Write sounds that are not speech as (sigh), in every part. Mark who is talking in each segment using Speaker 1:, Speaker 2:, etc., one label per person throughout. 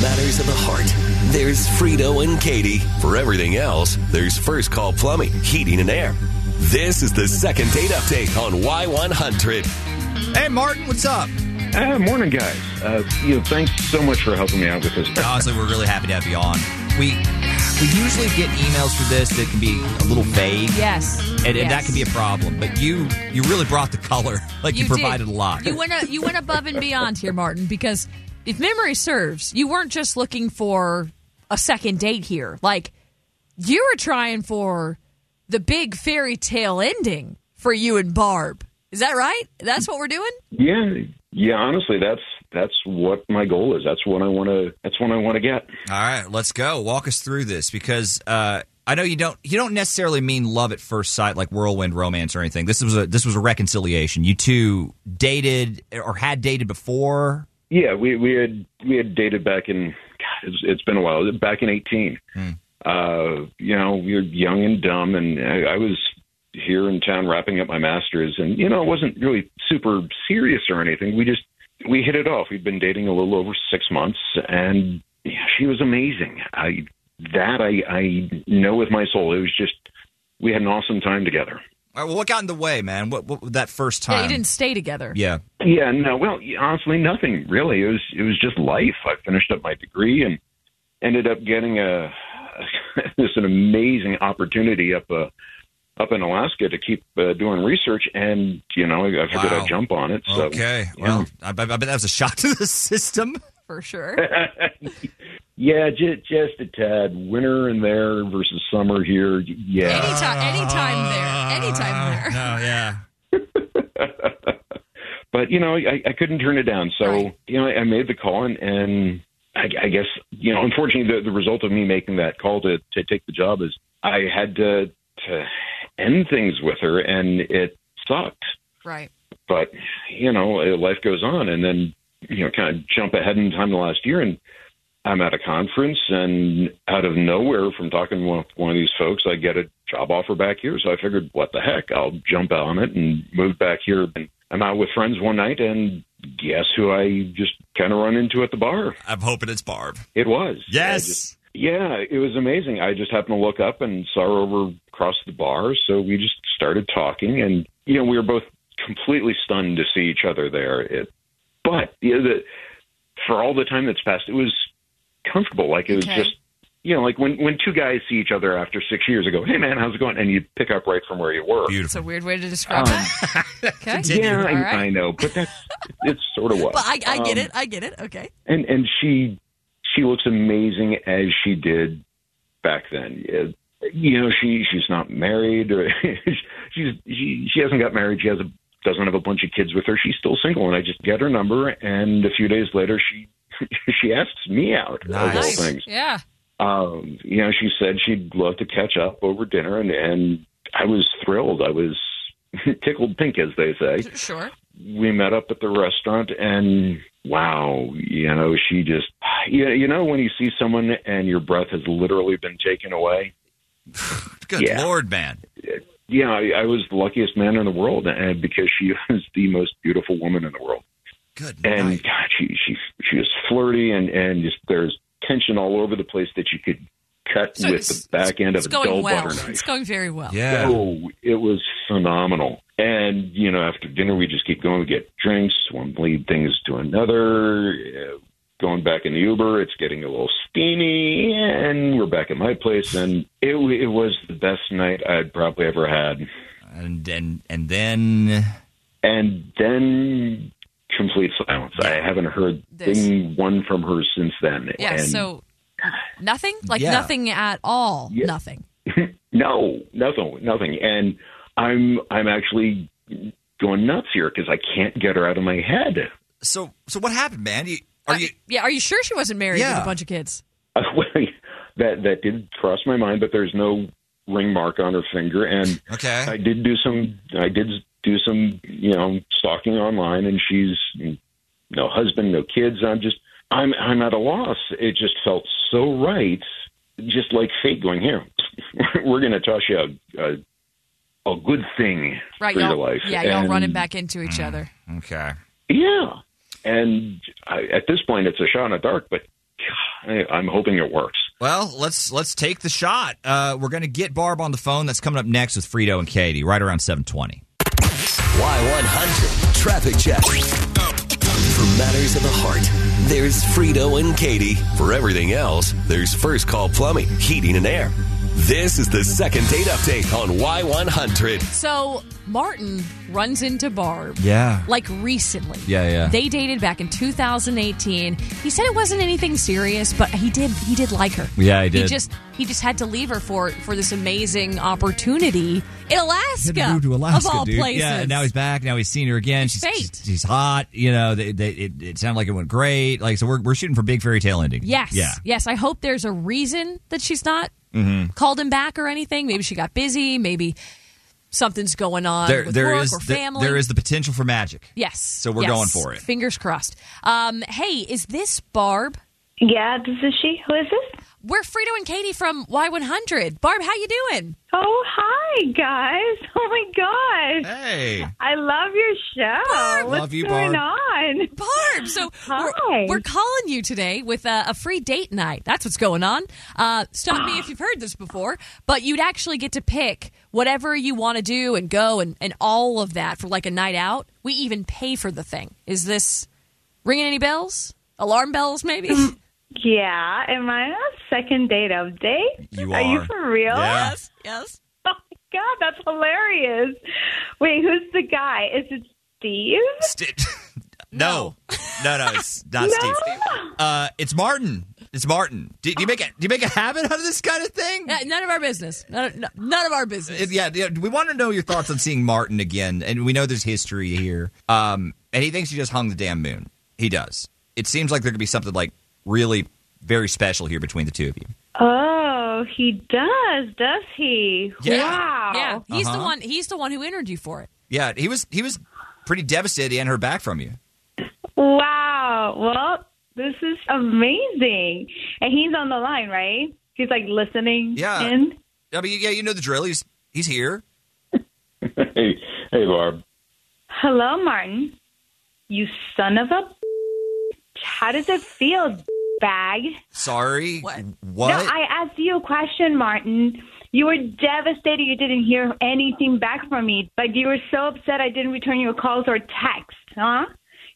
Speaker 1: matters of the heart, there's Frito and Katie. For everything else, there's First Call Plumbing, Heating, and Air. This is the second date update on Y100.
Speaker 2: Hey, Martin, what's up?
Speaker 3: Ah, morning, guys. Uh, you know, thanks so much for helping me out with this.
Speaker 2: Honestly, we're really happy to have you on. We we usually get emails for this that can be a little vague,
Speaker 4: Yes.
Speaker 2: and, and that
Speaker 4: Yes.
Speaker 2: can be a problem. But you you really brought the color. (laughs) Like you,
Speaker 4: did.
Speaker 2: provided a lot.
Speaker 4: You went a, you went above and beyond here, Martin, because if memory serves, you weren't just looking for a second date here. Like you were trying for the big fairy tale ending for you and Barb. Is that right? That's what we're doing?
Speaker 3: Yeah, yeah. Honestly, that's that's what my goal is. That's what I want to. That's what I want to get.
Speaker 2: All right, let's go. Walk us through this because uh, I know you don't you don't necessarily mean love at first sight like whirlwind romance or anything. This was a this was a reconciliation. You two dated or had dated before.
Speaker 3: Yeah, we we had we had dated back in. God, it's, it's been a while. Back in eighteen. Uh, you know, we were young and dumb, and I, I was here in town wrapping up my masters, and you know, it wasn't really super serious or anything. We just we hit it off. We'd been dating a little over six months, and yeah, she was amazing. I that I I know with my soul. It was just we had an awesome time together.
Speaker 2: All right, well, what got in the way, man? What, what that first time?
Speaker 4: Yeah, you didn't stay together.
Speaker 2: Yeah.
Speaker 3: Yeah, no. Well, honestly, nothing really. It was it was just life. I finished up my degree and ended up getting a (laughs) this an amazing opportunity up uh, up in Alaska to keep uh, doing research. And you know, I, I figured
Speaker 2: Wow.
Speaker 3: I'd jump on it. So
Speaker 2: okay. Well, I, I bet that was a shock (laughs) to the system.
Speaker 4: For sure.
Speaker 3: (laughs) yeah, just just a tad winter in there versus summer here. Yeah,
Speaker 4: Anytime anytime there. Anytime there.
Speaker 2: Uh, No, yeah.
Speaker 3: but you know, I, I couldn't turn it down. So
Speaker 4: Right.
Speaker 3: you know, I, I made the call, and, and I, I guess you know, unfortunately, the, the result of me making that call to to take the job is I had to to end things with her, and it sucked.
Speaker 4: Right.
Speaker 3: But you know, eh, life goes on, and then you know, kind of jump ahead in time to last year, and I'm at a conference, and out of nowhere, from talking with one of these folks, I get a job offer back here. So I figured, what the heck? I'll jump on it and move back here. And I'm out with friends one night, and guess who I just kind of run into at the bar?
Speaker 2: I'm hoping it's Barb.
Speaker 3: It was.
Speaker 2: Yes.
Speaker 3: I just- yeah, it was amazing. I just happened to look up and saw her over across the bar. So we just started talking, and, you know, we were both completely stunned to see each other there. It, but, you know, the, for all the time that's passed, it was comfortable. Like, it was
Speaker 4: Okay.
Speaker 3: just, you know, like when, when two guys see each other after six years ago, hey, man, how's it going? And you pick up right from where you were.
Speaker 4: It's a weird way to describe that.
Speaker 2: (laughs)
Speaker 4: Okay.
Speaker 3: Um, Yeah,
Speaker 4: All
Speaker 3: I,
Speaker 4: right.
Speaker 3: I know, but that's it's sort of what.
Speaker 4: (laughs) But I, I get
Speaker 3: Um,
Speaker 4: it. I get it. Okay.
Speaker 3: and and she she looks amazing as she did back then. Uh, You know, she she's not married, or (laughs) she's she she hasn't got married. She has a doesn't have a bunch of kids with her. She's still single, and I just get her number, and a few days later she (laughs) she asks me out of all
Speaker 2: Nice.
Speaker 3: things
Speaker 4: Yeah.
Speaker 3: um, you know, she said she'd love to catch up over dinner, and and I was thrilled. I was (laughs) tickled pink, as they say.
Speaker 4: Sure.
Speaker 3: We met up at the restaurant, and wow, you know, she just, you you know, when you see someone and your breath has literally been taken away.
Speaker 2: Good
Speaker 3: Yeah.
Speaker 2: lord, man.
Speaker 3: Yeah, I, I was the luckiest man in the world, and because she (laughs) was the most beautiful woman in the world.
Speaker 2: Good
Speaker 3: and
Speaker 2: night.
Speaker 3: God, she she she was flirty and and just there's tension all over the place that you could cut
Speaker 4: So
Speaker 3: with the back end of
Speaker 4: It's
Speaker 3: a
Speaker 4: going
Speaker 3: dull
Speaker 4: well.
Speaker 3: butter knife.
Speaker 4: It's going very well.
Speaker 2: Yeah.
Speaker 3: Oh, it was phenomenal. And you know, after dinner, we just keep going. We get drinks. One lead things to another. Uh, Going back in the Uber, it's getting a little steamy, and we're back at my place. And it, w- it was the best night I'd probably ever had.
Speaker 2: And and and then
Speaker 3: and then complete silence. I haven't heard
Speaker 4: This.
Speaker 3: thing one from her since then.
Speaker 4: Yeah.
Speaker 3: and
Speaker 4: so nothing, like
Speaker 2: Yeah.
Speaker 4: nothing at all.
Speaker 3: Yeah.
Speaker 4: Nothing.
Speaker 3: no, nothing, nothing. And I'm I'm actually going nuts here because I can't get her out of my head.
Speaker 2: so so what happened, man? You, are you
Speaker 4: Yeah. Are you sure she wasn't married with
Speaker 2: Yeah.
Speaker 4: a bunch of kids?
Speaker 3: (laughs) that that did cross my mind, but there's no ring mark on her
Speaker 2: (laughs)
Speaker 3: finger, and
Speaker 2: okay?
Speaker 3: I did do some I did do some you know stalking online, and she's no husband, no kids. I'm just I'm I'm at a loss. It just felt so right, just like fate going here. (laughs) We're gonna toss you a a, a good thing
Speaker 4: Right.
Speaker 3: for your
Speaker 4: Y'all,
Speaker 3: life.
Speaker 4: yeah. Y'all
Speaker 3: And-
Speaker 4: running back into each other.
Speaker 2: okay.
Speaker 3: Yeah, and I, at this point, it's a shot in the dark. But God, I, I'm hoping it works. (laughs)
Speaker 2: Well, let's let's take the shot. Uh, we're going to get Barb on the phone. That's coming up next with Frito and Katie, right around seven twenty.
Speaker 1: Y100 Traffic Check. For matters of the heart, there's Frito and Katie. For everything else, there's First Call Plumbing, Heating, and Air. This is the second date update on Y100.
Speaker 4: So Martin runs into Barb.
Speaker 2: Yeah.
Speaker 4: Like recently.
Speaker 2: Yeah, yeah.
Speaker 4: They dated back in 2018. He said it wasn't anything serious, but he did he did like her.
Speaker 2: Yeah, he did.
Speaker 4: He just he just had to leave her for for this amazing opportunity in Alaska.
Speaker 2: Moved to Alaska,
Speaker 4: of all
Speaker 2: dude.
Speaker 4: places.
Speaker 2: Yeah, and now he's back. Now he's seen her again. She's,
Speaker 4: fate.
Speaker 2: she's, she's hot. You know, they, they, it, it sounded like it went great. Like so, we're, we're shooting for big fairy tale ending.
Speaker 4: Yes.
Speaker 2: Yeah. Mm-hmm.
Speaker 4: Yes. I hope there's a reason that she's not called him back or anything. Maybe she got busy. Maybe something's going on
Speaker 2: There,
Speaker 4: with
Speaker 2: there
Speaker 4: work
Speaker 2: is
Speaker 4: or
Speaker 2: there-
Speaker 4: family.
Speaker 2: there is the potential for magic.
Speaker 4: Yes.
Speaker 2: So we're
Speaker 4: yes.
Speaker 2: going for it.
Speaker 4: Fingers crossed. Um, hey, is this Barb?
Speaker 5: Yeah, this is she. Who is this?
Speaker 4: We're Frito and Katie from Y100. Barb, how you doing?
Speaker 5: Oh, hi, guys. (laughs) Oh, my gosh.
Speaker 2: Hey.
Speaker 5: I love your show. What's
Speaker 2: Love you,
Speaker 5: going
Speaker 2: Barb.
Speaker 5: on?
Speaker 4: Barb, so
Speaker 5: Hi.
Speaker 4: we're, we're calling you today with a, a free date night. That's what's going on. Uh, stop me if you've heard this before, but you'd actually get to pick whatever you want to do and go and, and all of that for like a night out. We even pay for the thing. Is this ringing any bells? Alarm bells, maybe?
Speaker 5: Yeah, am I on second date update?
Speaker 2: You
Speaker 5: Are you
Speaker 2: are.
Speaker 5: for real?
Speaker 2: Yeah.
Speaker 4: (laughs) yes, yes.
Speaker 5: (laughs) Oh, my God, that's hilarious. Wait, who's the guy? Is it Steve?
Speaker 2: (laughs) St- no. no, no, it's not Steve. Uh, it's Martin. It's Martin. Do, do you make a do you make a habit out of this kind of thing?
Speaker 4: N- Uh, None of our business. None, none- none of our business.
Speaker 2: It- yeah, yeah, we want to know your thoughts on seeing Martin again, and we know there's history here. Um, and he thinks he just hung the damn moon. He does. It seems like there could be something like really very special here between the two of you.
Speaker 5: Oh, he does, does he?
Speaker 2: Yeah.
Speaker 5: Wow.
Speaker 4: Yeah, he's the
Speaker 2: Uh-huh.
Speaker 4: one. He's the one who entered you for it.
Speaker 2: Yeah, he was he was pretty devastated he had her back from you.
Speaker 5: Wow. Well, this is amazing. And he's on the line, right? He's like listening
Speaker 2: Yeah.
Speaker 5: in.
Speaker 2: I mean, yeah, you know the drill. He's he's here.
Speaker 3: hey, hey, Barb.
Speaker 5: Hello, Martin. You son of a. bitch. How does it feel, bag?
Speaker 2: Sorry.
Speaker 4: What?
Speaker 2: What?
Speaker 5: No, I asked you a question, Martin. You were devastated you didn't hear anything back from me. Like, you were so upset I didn't return your calls or texts, huh?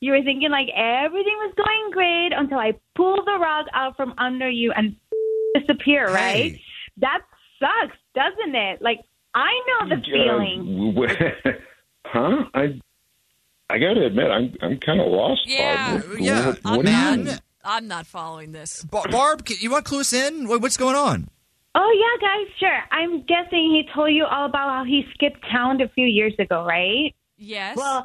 Speaker 5: You were thinking, like, everything was going great until I pulled the rug out from under you and (laughs) disappear,
Speaker 2: Hey.
Speaker 5: right? That sucks, doesn't it? Like, I know the feeling.
Speaker 3: Uh, w- (laughs) w- huh? I I got to admit, I'm I'm kind of lost.
Speaker 4: Yeah,
Speaker 3: Bob. What-
Speaker 2: yeah,
Speaker 3: what-
Speaker 4: I'm
Speaker 3: what do you mean?
Speaker 4: not. I'm not following this.
Speaker 2: Bar- Barb, can- you want to clue us in? What- What's going on?
Speaker 5: Oh, yeah, guys, sure. I'm guessing he told you all about how he skipped town a few years ago, right?
Speaker 4: Yes.
Speaker 5: Well,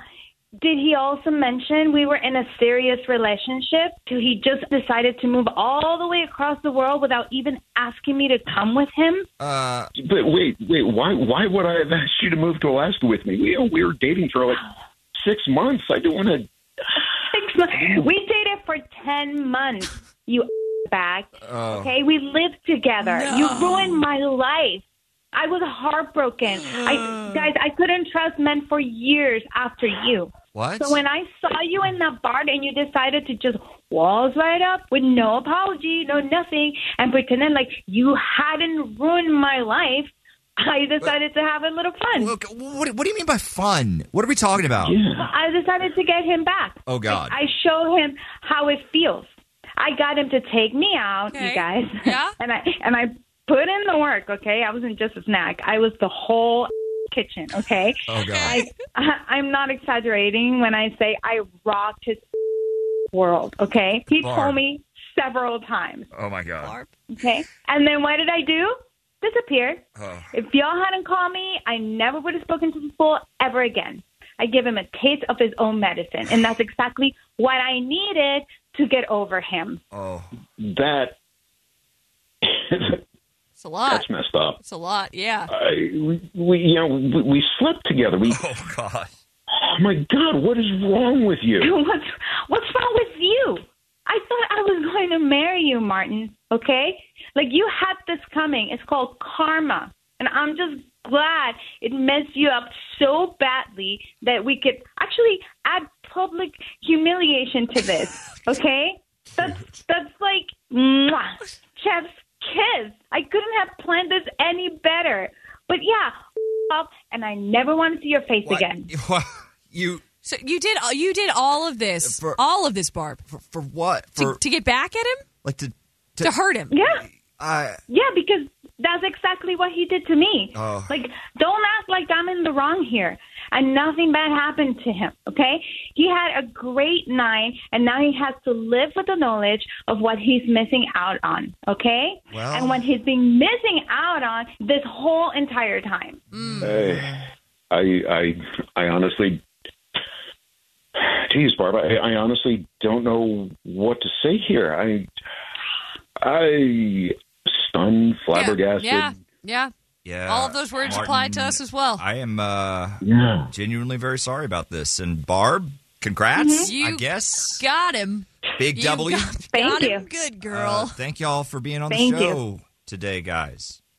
Speaker 5: did he also mention we were in a serious relationship? Till he just decided to move all the way across the world without even asking me to come with him?
Speaker 2: Uh,
Speaker 3: But wait, wait. Why why would I have asked you to move to Alaska with me? We we were dating for like six months. I don't want to.
Speaker 5: Six months. We dated for 10 months, you (laughs) back.
Speaker 2: oh.
Speaker 5: Okay, we lived together. You ruined my life. I was heartbroken. I guys, I couldn't trust men for years after you.
Speaker 2: What?
Speaker 5: So when I saw you in that bar and you decided to just walls right up with no apology, no nothing, and pretending like you hadn't ruined my life, I decided to have a little fun.
Speaker 2: Look, what, what do you mean by fun? What are we talking about?
Speaker 3: Yeah.
Speaker 5: (laughs) I decided to get him back.
Speaker 2: Oh, God.
Speaker 5: Like, I showed him how it feels. I got him to take me out,
Speaker 4: Okay.
Speaker 5: you guys. (laughs)
Speaker 4: Yeah.
Speaker 5: and I and I put in the work. Okay, I wasn't just a snack. I was the whole kitchen. Okay,
Speaker 2: Oh god.
Speaker 5: I, I (laughs) I'm not exaggerating when I say I rocked his (laughs) world. Okay, he
Speaker 2: Barb.
Speaker 5: told me several times.
Speaker 2: oh my god.
Speaker 4: Barb.
Speaker 5: Okay, and then what did I do? Disappeared.
Speaker 2: Oh.
Speaker 5: If y'all hadn't called me, I never would have spoken to this fool ever again. I give him a taste of his own medicine, and that's exactly what I needed to get over him.
Speaker 2: Oh. (laughs)
Speaker 3: That (laughs)
Speaker 4: It's a lot.
Speaker 3: that's messed up.
Speaker 4: It's a lot. Yeah.
Speaker 3: I, we we- you know we, we slept together. We
Speaker 2: Oh god.
Speaker 3: oh my god, what is wrong with you?
Speaker 5: (laughs) what's what's wrong with you? I thought I was going to marry you, Martin. Okay, like you had this coming. It's called karma, and I'm just glad it messed you up so badly that we could actually add public humiliation to this. Okay, that's that's like Mwah! Chef's kiss. I couldn't have planned this any better. But yeah, (laughs) up, and I never want to see your face
Speaker 2: What? (laughs)
Speaker 5: again.
Speaker 2: What? You
Speaker 4: So you did uh, you did all of this,
Speaker 2: For-
Speaker 4: all of this, Barb,
Speaker 2: for, for what?
Speaker 4: to,
Speaker 2: For
Speaker 4: to get back at him,
Speaker 2: like to
Speaker 4: to,
Speaker 2: to,
Speaker 4: hurt him.
Speaker 5: Yeah.
Speaker 2: I-
Speaker 5: Yeah, because that's exactly what he did to me.
Speaker 2: Oh.
Speaker 5: Like, don't act like I'm in the wrong here. And nothing bad happened to him, okay? He had a great night, and now he has to live with the knowledge of what he's missing out on, okay?
Speaker 2: Well-
Speaker 5: And what he's been missing out on this whole entire time.
Speaker 4: Mm.
Speaker 3: Hey, I, I, I honestly, geez, Barb, I, I honestly don't know what to say here. I, I, stunned, flabbergasted.
Speaker 4: Yeah, yeah.
Speaker 2: yeah.
Speaker 4: All of those words
Speaker 2: Martin,
Speaker 4: apply to us as well.
Speaker 2: I am uh,
Speaker 3: Yeah.
Speaker 2: genuinely very sorry about this. And Barb, congrats.
Speaker 4: Mhm.
Speaker 2: I
Speaker 4: You
Speaker 2: guess
Speaker 4: got him.
Speaker 2: big
Speaker 4: You
Speaker 2: W.
Speaker 4: got-
Speaker 5: Thank
Speaker 4: got him.
Speaker 5: you.
Speaker 4: Good
Speaker 2: E. Uh,
Speaker 4: girl.
Speaker 2: thank y'all for being on
Speaker 5: Thank
Speaker 2: the
Speaker 5: you.
Speaker 2: show today, guys.